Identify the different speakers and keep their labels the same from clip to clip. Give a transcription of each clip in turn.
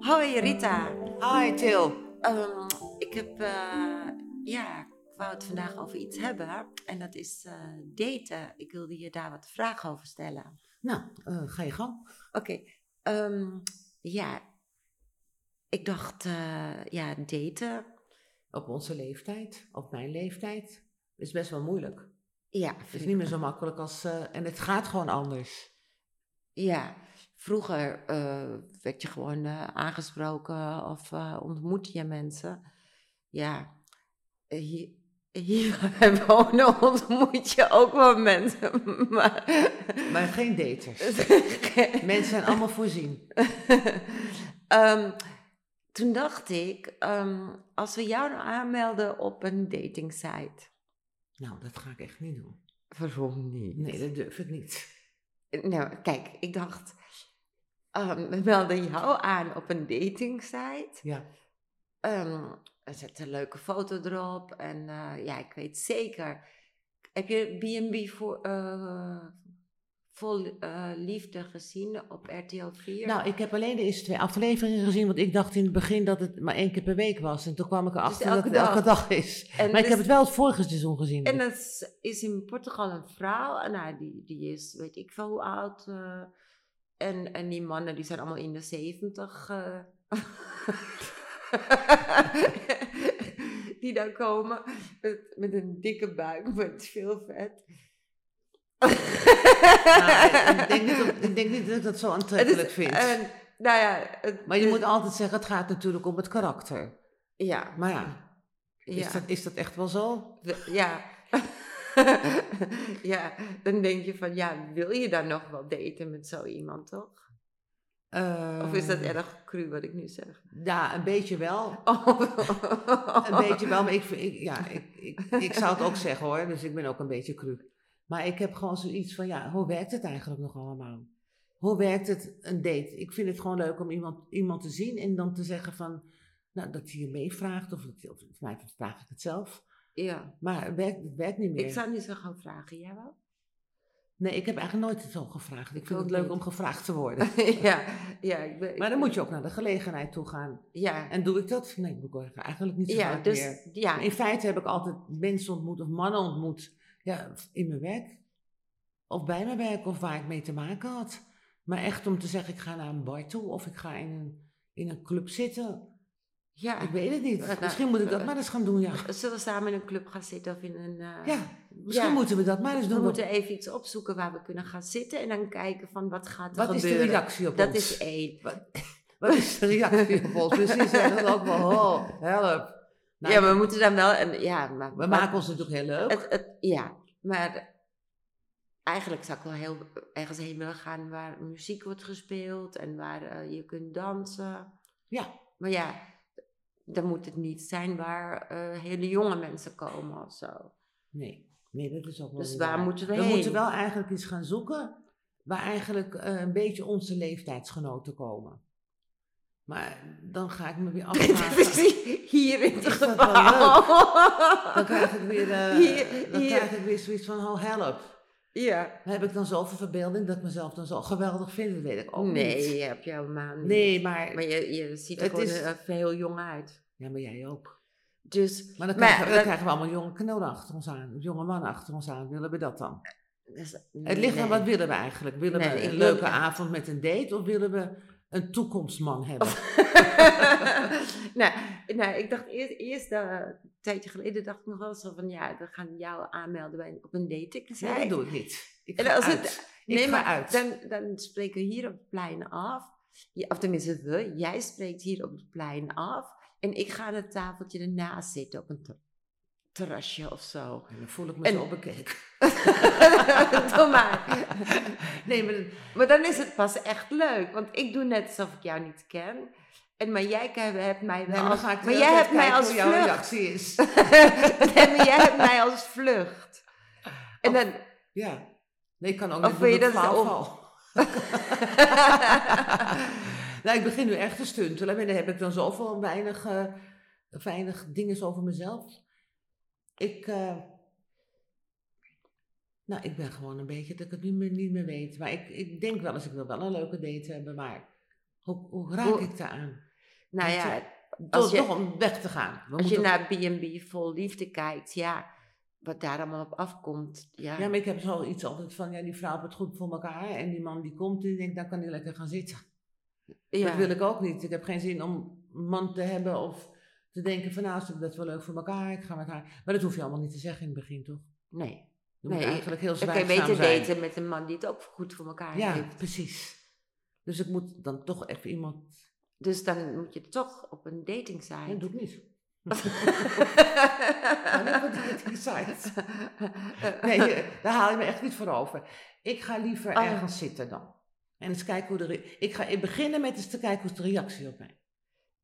Speaker 1: Hoi Rita.
Speaker 2: Hi Til.
Speaker 1: Ehm, ik heb, eh, ja, ik wou het vandaag over iets hebben. En dat is eh, daten. Ik wilde je daar wat vragen over stellen.
Speaker 2: Nou, eh, ga je gang.
Speaker 1: Oké. ehm, ja, ik dacht, eh, ja, daten.
Speaker 2: Op onze leeftijd, op mijn leeftijd, is best wel moeilijk.
Speaker 1: Ja,
Speaker 2: Het is niet meer zo makkelijk als... eh, en het gaat gewoon anders.
Speaker 1: Ja, vroeger eh, werd je gewoon eh, aangesproken of eh ontmoette je mensen. Ja, eh, hier, hier waar wij wonen ontmoet je ook wel mensen, maar...
Speaker 2: Maar geen daters. Mensen zijn allemaal voorzien.
Speaker 1: Ehm, toen dacht ik, ehm, als we jou nou aanmelden op een dating site.
Speaker 2: Nou, dat ga ik echt niet doen.
Speaker 1: Waarom niet?
Speaker 2: Nee, dat durf ik niet.
Speaker 1: Nou, kijk, ik dacht, ehm, we melden jou aan op een dating site.
Speaker 2: Ja.
Speaker 1: Ehm, er zet een leuke foto erop. En eh, ja, ik weet zeker. Heb je B&B voor, eh, vol eh, liefde gezien op RTL 4?
Speaker 2: Nou, ik heb alleen de eerste twee afleveringen gezien, want ik dacht in het begin dat het maar één keer per week was. En toen kwam ik erachter
Speaker 1: Dus elke
Speaker 2: dat het elke dag is.
Speaker 1: en
Speaker 2: maar ik
Speaker 1: dus-
Speaker 2: heb het wel het vorige seizoen gezien.
Speaker 1: En dat is- is in Portugal een vrouw. En nou, die, die is, weet ik veel hoe oud. eh, en, en die mannen, die zijn allemaal in de zeventig. eh. die daar komen met, met een dikke buik, met veel vet.
Speaker 2: Nou, ik, denk niet dat, ik denk niet dat ik dat zo
Speaker 1: Het is-
Speaker 2: aantrekkelijk vind.
Speaker 1: en, nou ja, het-
Speaker 2: maar je
Speaker 1: het-
Speaker 2: moet altijd zeggen, het gaat natuurlijk om het karakter.
Speaker 1: Ja,
Speaker 2: Maar ja, is,
Speaker 1: ja,
Speaker 2: Dat, is dat echt wel zo?
Speaker 1: de- ja. ja, dan denk je van, ja, wil je dan nog wel daten met zo iemand, toch? Of is dat
Speaker 2: Eh,
Speaker 1: erg cru wat ik nu zeg?
Speaker 2: Ja, een beetje wel.
Speaker 1: Oh.
Speaker 2: Een beetje wel, maar ik, vind- ik, ja, ik, ik, ik zou het ook zeggen hoor, dus ik ben ook een beetje cru. Maar ik heb gewoon zoiets van, ja, hoe werkt het eigenlijk nog allemaal? Hoe werkt het een date? Ik vind het gewoon leuk om iemand, iemand te zien en dan te zeggen van, nou, dat hij je meevraagt of, dat- of mij vraag ik het zelf.
Speaker 1: Ja,
Speaker 2: Maar het werkt, het werkt niet meer.
Speaker 1: ik zou niet zo gaan vragen, jij wel?
Speaker 2: Nee, ik heb eigenlijk nooit zo gevraagd. Ik vind
Speaker 1: ook
Speaker 2: het leuk
Speaker 1: niet.
Speaker 2: om gevraagd te worden.
Speaker 1: ja, ja, ik ben,
Speaker 2: Maar dan moet je ook naar de gelegenheid toe gaan.
Speaker 1: ja,
Speaker 2: En doe ik dat? Nee, doe ik ook eigenlijk niet zo
Speaker 1: ja,
Speaker 2: vaak meer.
Speaker 1: dus,
Speaker 2: Maar
Speaker 1: ja,
Speaker 2: In feite heb ik altijd mensen ontmoet of mannen ontmoet ja, in mijn werk. Of bij mijn werk of waar ik mee te maken had. Maar echt om te zeggen, ik ga naar een bar toe of ik ga in een, in een club zitten.
Speaker 1: ja.
Speaker 2: Ik weet het niet.
Speaker 1: Eh, nou,
Speaker 2: misschien moet ik dat
Speaker 1: eh,
Speaker 2: maar eens gaan doen, ja.
Speaker 1: Zullen we samen in een club gaan zitten of in een... eh,
Speaker 2: Ja, misschien dus
Speaker 1: ja.
Speaker 2: moeten we dat maar eens
Speaker 1: We
Speaker 2: doen.
Speaker 1: moeten even iets opzoeken waar we kunnen gaan zitten en dan kijken van wat gaat er
Speaker 2: Wat is de
Speaker 1: gebeuren.
Speaker 2: reactie op
Speaker 1: dat
Speaker 2: ons?
Speaker 1: is één.
Speaker 2: Wat is de reactie op ons? Precies, en dan ook wel, oh, help. Nou,
Speaker 1: ja, we moeten dan wel. En, ja, maar,
Speaker 2: we maken ons natuurlijk heel leuk.
Speaker 1: het, het- Ja, maar eigenlijk zou ik wel heel ergens heen willen gaan waar muziek wordt gespeeld en waar eh, je kunt dansen.
Speaker 2: Ja.
Speaker 1: Maar ja, dan moet het niet zijn waar eh, hele jonge mensen komen of zo.
Speaker 2: Nee, nee, dat is ook wel
Speaker 1: Dus
Speaker 2: weer
Speaker 1: waar moeten we
Speaker 2: Oh, We
Speaker 1: heen?
Speaker 2: moeten wel eigenlijk iets gaan zoeken waar eigenlijk eh, een beetje onze leeftijdsgenoten komen. Maar dan ga ik me weer afvragen.
Speaker 1: Hier in het
Speaker 2: Is dat wel dan
Speaker 1: gebouw.
Speaker 2: krijg ik weer, eh,
Speaker 1: Hier-
Speaker 2: dan
Speaker 1: hier.
Speaker 2: krijg ik weer zoiets van, oh help.
Speaker 1: Ja.
Speaker 2: Dan heb ik dan zoveel verbeelding dat ik mezelf dan zo geweldig vind, dat weet ik ook
Speaker 1: Nee,
Speaker 2: niet.
Speaker 1: je hebt jouw maan.
Speaker 2: Nee, maar,
Speaker 1: Maar je, je ziet er
Speaker 2: Het
Speaker 1: gewoon
Speaker 2: is-
Speaker 1: eh, heel jong uit.
Speaker 2: Ja, maar jij ook.
Speaker 1: Dus
Speaker 2: Maar dan,
Speaker 1: Maar
Speaker 2: krijgen, we, dan
Speaker 1: dat-
Speaker 2: krijgen we allemaal jonge knollen achter ons aan, jonge mannen achter ons aan. Willen we dat dan?
Speaker 1: Dus-
Speaker 2: Het ligt aan
Speaker 1: nee.
Speaker 2: wat willen we eigenlijk. Willen
Speaker 1: Nee,
Speaker 2: we
Speaker 1: ik
Speaker 2: een
Speaker 1: wil-
Speaker 2: leuke avond met een date of willen we een toekomstman hebben?
Speaker 1: nou, nou, ik dacht eerst, eerst eh, een tijdje geleden dacht ik nog wel zo van ja, we gaan jou aanmelden bij, op een dating
Speaker 2: Nee,
Speaker 1: site.
Speaker 2: dat doe ik niet. Ik
Speaker 1: En
Speaker 2: ga
Speaker 1: als het-
Speaker 2: uit. Ik ga uit.
Speaker 1: Dan, dan spreken we hier op het plein af. Ja, of tenminste, we, jij spreekt hier op het plein af. En ik ga aan het tafeltje ernaast zitten op een ter- terrasje of zo.
Speaker 2: En dan voel ik me
Speaker 1: En-
Speaker 2: zo bekeken.
Speaker 1: Doe maar.
Speaker 2: Nee, maar dat-
Speaker 1: Maar dan is het pas echt leuk. Want ik doe net alsof ik jou niet ken. En, maar jij ke- hebt mij wel
Speaker 2: nee, maar
Speaker 1: als...
Speaker 2: dan ga ik de
Speaker 1: maar
Speaker 2: hele
Speaker 1: jij
Speaker 2: tijd
Speaker 1: hebt mij
Speaker 2: kijken
Speaker 1: als
Speaker 2: hoe jouw
Speaker 1: vlucht.
Speaker 2: reactie is.
Speaker 1: nee, maar jij hebt mij als vlucht. En dan...
Speaker 2: Ja. Nee, ik kan ook
Speaker 1: Of
Speaker 2: niet
Speaker 1: wil je
Speaker 2: doen
Speaker 1: dat ze om-
Speaker 2: flauwval. nou, ik begin nu echt te stuntelen. En dan heb ik dan zoveel weinig, eh, weinig dingen over mezelf. Ik... eh, Nou, ik ben gewoon een beetje dat ik het niet meer, niet meer weet. Maar ik, ik denk wel eens, ik wil wel een leuke date hebben, maar hoe, hoe raak
Speaker 1: Hoe-
Speaker 2: ik daar aan?
Speaker 1: Nou
Speaker 2: Weet
Speaker 1: ja,
Speaker 2: je,
Speaker 1: als
Speaker 2: Toch-
Speaker 1: je-
Speaker 2: toch om weg te gaan. We
Speaker 1: als je
Speaker 2: moeten-
Speaker 1: naar B&B vol liefde kijkt, ja, wat daar allemaal op afkomt. Ja,
Speaker 2: Ja, maar ik heb zoiets altijd van, ja, die vrouw heeft het goed voor elkaar. En die man die komt, die denkt, daar kan hij lekker gaan zitten.
Speaker 1: ja.
Speaker 2: Dat wil ik ook niet. Ik heb geen zin om een man te hebben of te denken van, nou, ze hebben dat wel leuk voor elkaar, ik ga met haar. Maar dat hoef je allemaal niet te zeggen in het begin, toch?
Speaker 1: nee.
Speaker 2: Je moet
Speaker 1: Nee,
Speaker 2: eigenlijk heel
Speaker 1: Dan kan je
Speaker 2: zwijgzaam zijn.
Speaker 1: beter daten met een man die het ook goed voor elkaar
Speaker 2: Ja,
Speaker 1: heeft.
Speaker 2: precies. Dus ik moet dan toch even iemand...
Speaker 1: Dus dan moet je toch op een dating
Speaker 2: Nee, dat doe ik niet. Ga niet op die dating sites. Nee, je- daar haal je me echt niet voor over. Ik ga liever
Speaker 1: Oh.
Speaker 2: ergens zitten dan. En eens kijken hoe de... re- Ik ga beginnen met eens te kijken hoe is de reactie op mij.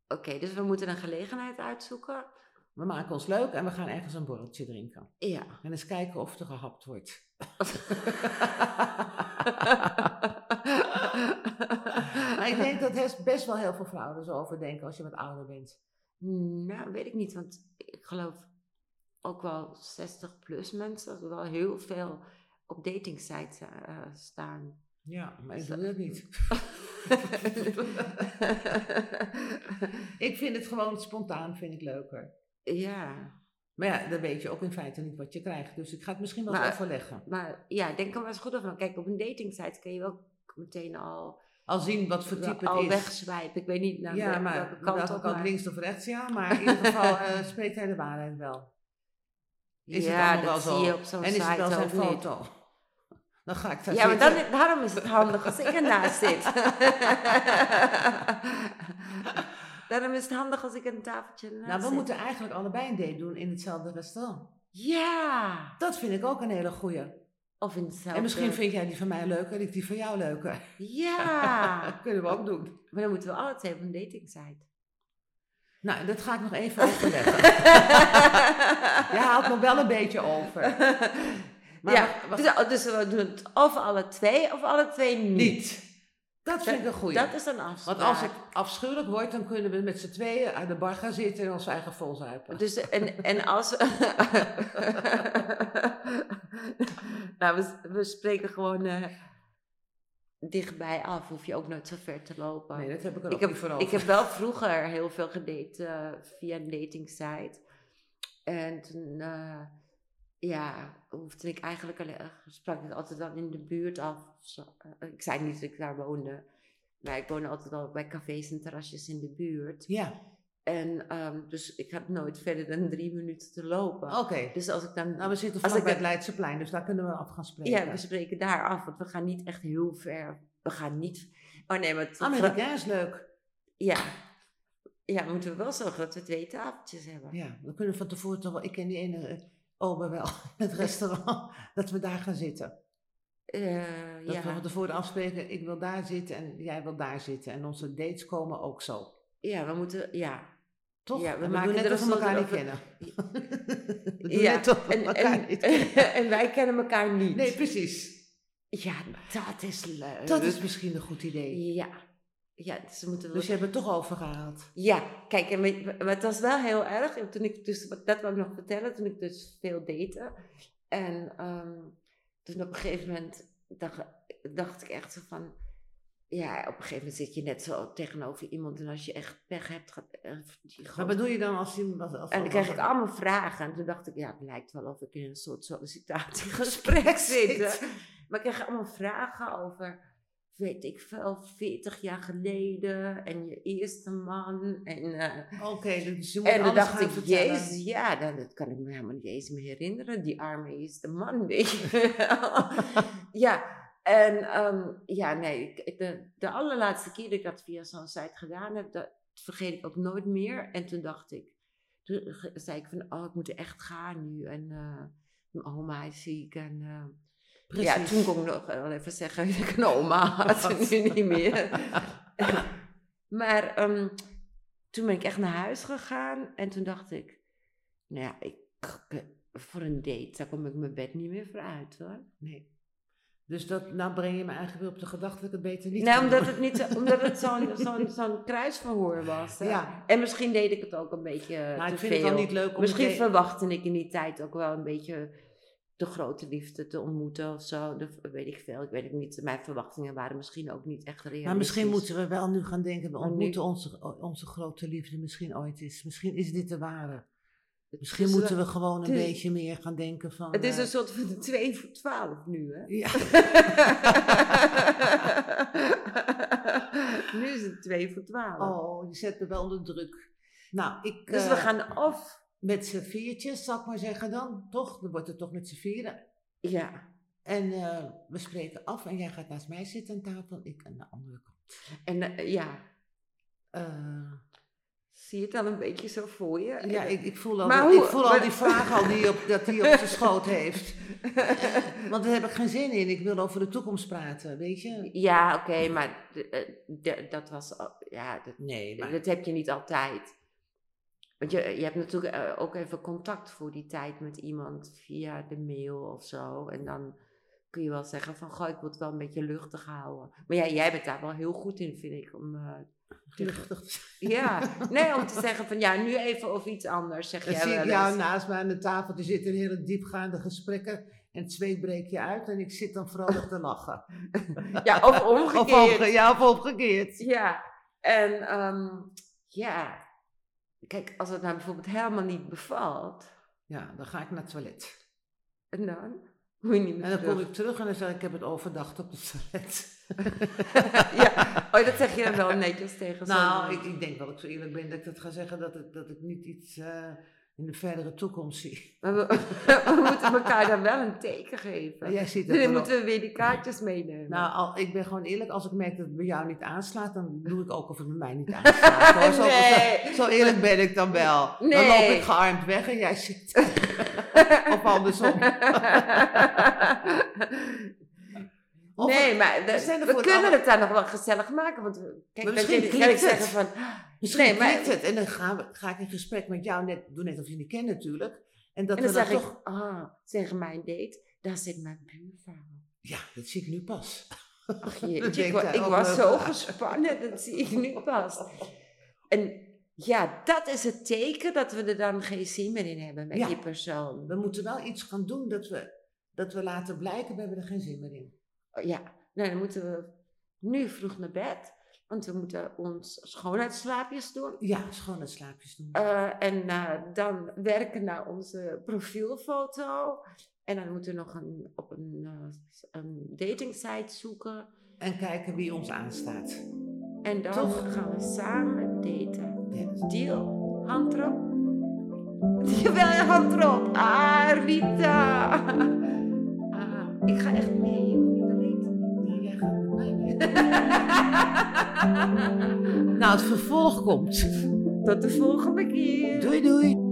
Speaker 1: Oké, dus we moeten een gelegenheid uitzoeken.
Speaker 2: We maken ons leuk en we gaan ergens een borreltje drinken.
Speaker 1: Ja.
Speaker 2: En eens kijken of er gehapt wordt. Maar ik denk dat er best wel heel veel vrouwen er zo over denken als je wat ouder bent.
Speaker 1: nou, weet ik niet, want ik geloof ook wel 60 plus mensen dat er wel heel veel op datingsites eh, staan.
Speaker 2: Ja, maar ik
Speaker 1: Zo.
Speaker 2: doe dat niet. Ik vind het gewoon spontaan, vind ik leuker.
Speaker 1: ja,
Speaker 2: Maar ja, dan weet je ook in feite niet wat je krijgt. Dus ik ga het misschien wel
Speaker 1: Maar-
Speaker 2: overleggen.
Speaker 1: maar ja, denk er maar eens goed over. na. Kijk, op een datingsite kun je ook meteen al,
Speaker 2: Al zien wat voor type
Speaker 1: al
Speaker 2: het is.
Speaker 1: wegswipen. Ik weet niet naar
Speaker 2: ja,
Speaker 1: welke,
Speaker 2: maar
Speaker 1: welke kant
Speaker 2: welke
Speaker 1: op,
Speaker 2: kant,
Speaker 1: maar-
Speaker 2: links of rechts, ja. Maar in ieder geval eh, spreekt hij de waarheid wel. Is het
Speaker 1: ja,
Speaker 2: allemaal
Speaker 1: dat
Speaker 2: wel zo?
Speaker 1: zie je op zo'n
Speaker 2: en is het
Speaker 1: site
Speaker 2: wel zijn
Speaker 1: ook niet.
Speaker 2: foto? Dan ga ik daar
Speaker 1: Ja, maar
Speaker 2: zitten.
Speaker 1: dan, daarom is het handig als ik ernaast zit. daarom is het handig als ik een tafeltje ernaast
Speaker 2: Nou, we
Speaker 1: zit.
Speaker 2: moeten eigenlijk allebei een date doen in hetzelfde restaurant.
Speaker 1: Ja!
Speaker 2: Dat vind ik ook een hele goeie.
Speaker 1: Of in hetzelfde...
Speaker 2: En misschien vind jij die van mij leuker en ik die van jou leuker.
Speaker 1: Ja!
Speaker 2: Dat kunnen we ook doen.
Speaker 1: Maar dan moeten we alle twee op een dating site.
Speaker 2: Nou, dat ga ik nog even overleggen. Je haalt me wel een beetje over. Maar
Speaker 1: ja,
Speaker 2: wat-
Speaker 1: dus, dus we doen het of alle twee of alle twee niet.
Speaker 2: Niet. Dat vind ik een goeie.
Speaker 1: Dus- Dat is een afspraak.
Speaker 2: Want als ik afschuwelijk word, dan kunnen we met z'n tweeën aan de bar gaan zitten en ons eigen vol zuipen.
Speaker 1: Dus, en, en als. nou, we, we spreken gewoon eh, dichtbij af. Hoef je ook nooit zo ver te lopen.
Speaker 2: Nee, dat heb ik er ook
Speaker 1: ik, heb,
Speaker 2: niet voor over.
Speaker 1: ik heb wel vroeger heel veel gedate eh, via een dating site. En toen. eh, ja, hoefde ik eigenlijk alleen, eh, sprak ik altijd dan in de buurt af. of zo. Eh, Ik zei niet dat ik daar woonde, maar ik woonde altijd al bij cafés en terrasjes in de buurt.
Speaker 2: Ja,
Speaker 1: En ehm, dus ik had nooit verder dan drie minuten te lopen.
Speaker 2: oké.
Speaker 1: Dus als ik dan.
Speaker 2: Oh. Nou, we zitten
Speaker 1: Als
Speaker 2: vlak
Speaker 1: ik
Speaker 2: bij
Speaker 1: het-
Speaker 2: het Leidseplein, dus daar kunnen we af gaan spreken.
Speaker 1: ja, dus- we spreken daar af, want we gaan niet echt heel ver. We gaan niet. Oh nee, maar. tot-
Speaker 2: Amerikaans leuk.
Speaker 1: ja. Ja, we moeten wel zorgen dat we twee tafeltjes hebben.
Speaker 2: Ja, we kunnen van tevoren toch wel. Ik ken die ene eh, ober wel, het restaurant, dat we daar gaan zitten.
Speaker 1: Eh,
Speaker 2: Dat we
Speaker 1: ja.
Speaker 2: van tevoren afspreken, ik wil daar zitten en jij wil daar zitten. En onze dates komen ook zo.
Speaker 1: ja, we moeten. Ja.
Speaker 2: Toch?
Speaker 1: Ja, we
Speaker 2: En doen
Speaker 1: maken
Speaker 2: net
Speaker 1: er
Speaker 2: of
Speaker 1: een
Speaker 2: we elkaar niet
Speaker 1: soort-
Speaker 2: kennen. we doen
Speaker 1: ja.
Speaker 2: net of we
Speaker 1: en,
Speaker 2: elkaar
Speaker 1: en,
Speaker 2: niet kennen.
Speaker 1: en wij kennen elkaar niet.
Speaker 2: Nee, precies.
Speaker 1: Ja, dat is leuk.
Speaker 2: Dat is misschien een goed idee.
Speaker 1: Eh, dus- Ja. Ja, dus we moeten wel
Speaker 2: Dus je hebt het toch overgehaald.
Speaker 1: Ja, kijk, en weet- maar het was wel heel erg. En Toen ik dus, dat wil ik nog vertellen, toen ik dus veel date. En ehm, toen op een gegeven moment dacht, dacht ik echt zo van... Ja, op een gegeven moment zit je net zo tegenover iemand. En als je echt pech hebt, gaat... eh, die
Speaker 2: Maar
Speaker 1: gozer-
Speaker 2: wat doe je dan als je... Als, als,
Speaker 1: en dan kreeg ik
Speaker 2: af.
Speaker 1: allemaal vragen. En toen dacht ik, ja, het lijkt wel of ik in een soort sollicitatiegesprek zit. hè. Maar ik kreeg allemaal vragen over, weet ik veel, 40 jaar geleden. En je eerste man. En... eh,
Speaker 2: Oké, dus je moet
Speaker 1: en dan
Speaker 2: alles
Speaker 1: dacht
Speaker 2: gaan
Speaker 1: ik,
Speaker 2: vertellen.
Speaker 1: jezus, ja, dat, dat kan ik me helemaal niet eens meer herinneren. Die arme is de man, weet je wel. ja, en ehm, ja, nee, ik- de, de allerlaatste keer dat ik dat via zo'n site gedaan heb, dat vergeet ik ook nooit meer. En toen dacht ik, toen ge- zei ik van, oh, ik moet echt gaan nu. En eh, mijn oma is ziek en... eh,
Speaker 2: Precies.
Speaker 1: ja, toen kon ik nog wel even zeggen dat ik een oma had, nu niet meer. maar ehm, toen ben ik echt naar huis gegaan en toen dacht ik, nou ja, ik, voor een date, daar kom ik mijn bed niet meer voor uit hoor.
Speaker 2: Nee. Dus dat, nou breng je me eigenlijk weer op de gedachte dat ik het beter niet
Speaker 1: nou,
Speaker 2: kan
Speaker 1: omdat
Speaker 2: doen.
Speaker 1: het, niet, zo- omdat het zo'n zo'n zo'n kruisverhoor was. hè.
Speaker 2: Ja.
Speaker 1: En misschien deed ik het ook een beetje
Speaker 2: Nou,
Speaker 1: te
Speaker 2: ik vind
Speaker 1: veel.
Speaker 2: het dan niet leuk om...
Speaker 1: Misschien
Speaker 2: meteen-
Speaker 1: verwachtte ik in die tijd ook wel een beetje de grote liefde te ontmoeten of zo. Dat weet ik veel. Ik weet het niet. Mijn verwachtingen waren misschien ook niet echt realistisch.
Speaker 2: Maar misschien moeten we wel nu gaan denken, we
Speaker 1: Maar nu-
Speaker 2: ontmoeten onze, onze grote liefde misschien ooit eens. Misschien is dit de ware.
Speaker 1: Het
Speaker 2: Misschien
Speaker 1: is
Speaker 2: moeten
Speaker 1: wel-
Speaker 2: we gewoon een
Speaker 1: het is-
Speaker 2: beetje meer gaan denken van...
Speaker 1: Het is
Speaker 2: eh,
Speaker 1: een soort van 2 voor 12 nu, hè?
Speaker 2: Ja,
Speaker 1: nu is het 2 voor 12.
Speaker 2: oh, je zet me wel onder druk. Nou, ik...
Speaker 1: dus we
Speaker 2: eh,
Speaker 1: gaan of.
Speaker 2: Met z'n viertjes, zal ik maar zeggen dan. Toch? Dan wordt het toch met z'n vieren.
Speaker 1: Ja.
Speaker 2: En eh, we spreken af en jij gaat naast mij zitten aan tafel, ik aan de andere kant.
Speaker 1: En eh, ja,
Speaker 2: Eh,
Speaker 1: zie je het dan een beetje zo voor je?
Speaker 2: ja, ik, ik voel al,
Speaker 1: Maar
Speaker 2: die-
Speaker 1: hoe-
Speaker 2: ik voel al
Speaker 1: maar-
Speaker 2: die vraag al die op, dat hij op zijn schoot heeft. Want daar heb ik geen zin in. Ik wil over de toekomst praten, weet je?
Speaker 1: Ja, oké, maar eh, eh, dat was. al- Ja, dat,
Speaker 2: Nee, maar...
Speaker 1: dat heb je niet altijd. Want je, je hebt natuurlijk eh, ook even contact voor die tijd met iemand via de mail of zo. En dan kun je wel zeggen van, goh, ik wil het wel een beetje luchtig houden. Maar ja, jij bent daar wel heel goed in, vind ik. Om, eh,
Speaker 2: Luchtig te zijn.
Speaker 1: ja, nee, om te zeggen van, ja, nu even of iets anders, zeg
Speaker 2: Dan
Speaker 1: jij
Speaker 2: zie ik
Speaker 1: wel
Speaker 2: jou
Speaker 1: eens.
Speaker 2: naast me aan de tafel. Er zitten hele diepgaande gesprekken. En het zweet breekt je uit. En ik zit dan vrolijk te lachen.
Speaker 1: Ja, of
Speaker 2: Of,
Speaker 1: omgekeerd.
Speaker 2: omge- ja, of omgekeerd.
Speaker 1: Ja, en ehm, ja, kijk, als het nou bijvoorbeeld helemaal niet bevalt,
Speaker 2: Ja, dan ga ik naar het toilet.
Speaker 1: en dan? Hoe je niet meer
Speaker 2: En dan kom
Speaker 1: terug.
Speaker 2: ik terug en dan zeg ik, ik heb het overdacht op het toilet.
Speaker 1: ja, oh, dat zeg je dan wel netjes tegen zo'n- eh,
Speaker 2: nou, ik, ik denk wel dat ik zo eerlijk ben dat ik dat ga zeggen, dat ik, dat ik niet iets eh, in de verdere toekomst zie.
Speaker 1: Maar we, we moeten elkaar dan wel een teken geven.
Speaker 2: Maar jij ziet dat
Speaker 1: Dan
Speaker 2: wel.
Speaker 1: moeten we weer die kaartjes meenemen.
Speaker 2: Nou, al, ik ben gewoon eerlijk, als ik merk dat het bij jou niet aanslaat, dan doe ik ook of het bij mij niet aanslaat. hoor. Zo-
Speaker 1: Nee.
Speaker 2: zo, zo eerlijk ben ik dan wel. Dan
Speaker 1: Nee.
Speaker 2: loop ik gearmd weg en jij zit. of andersom. Of-
Speaker 1: nee, maar we,
Speaker 2: we zijn er
Speaker 1: we
Speaker 2: voor het
Speaker 1: kunnen
Speaker 2: alle-
Speaker 1: het daar nog wel gezellig maken. Want we- kijk,
Speaker 2: Maar
Speaker 1: dat
Speaker 2: misschien
Speaker 1: je
Speaker 2: klikt
Speaker 1: gelijk
Speaker 2: het.
Speaker 1: zeggen van...
Speaker 2: Misschien
Speaker 1: Nee, maar-
Speaker 2: klikt het. En dan gaan we, ga ik in gesprek met jou, net, doe net of je niet kent natuurlijk. En dat
Speaker 1: en
Speaker 2: we
Speaker 1: dan
Speaker 2: dan
Speaker 1: zeg
Speaker 2: toch...
Speaker 1: ik, ah, tegen mijn date, daar zit mijn buurvrouw.
Speaker 2: Ja, dat zie ik nu pas.
Speaker 1: Ach
Speaker 2: Dat
Speaker 1: jeetje, ik,
Speaker 2: denkt
Speaker 1: wa-
Speaker 2: hij
Speaker 1: ik
Speaker 2: ook
Speaker 1: was
Speaker 2: wel.
Speaker 1: zo gespannen, dat zie ik nu pas. En ja, dat is het teken dat we er dan geen zin meer in hebben met
Speaker 2: Ja.
Speaker 1: die persoon.
Speaker 2: We moeten wel iets gaan doen dat we, dat we laten blijken, we hebben er geen zin meer in.
Speaker 1: Ja, nou dan moeten we nu vroeg naar bed, want we moeten ons schoonheidsslaapjes doen.
Speaker 2: Ja, schone slaapjes doen.
Speaker 1: Eh, en eh, dan werken naar onze profielfoto. En dan moeten we nog een, op een, eh, een dating site zoeken.
Speaker 2: en kijken wie ons aanstaat.
Speaker 1: En dan
Speaker 2: Toch?
Speaker 1: gaan we samen daten.
Speaker 2: Ja.
Speaker 1: Deal. Hand erop. Jawel, ja, hand erop. Ah, Rita. Ah, ik ga echt mee. Je hoeft niet alleen te
Speaker 2: Nee, jij gaat met mij mee.
Speaker 1: doen.
Speaker 2: Nou, het vervolg komt.
Speaker 1: Tot de volgende keer.
Speaker 2: Doei doei.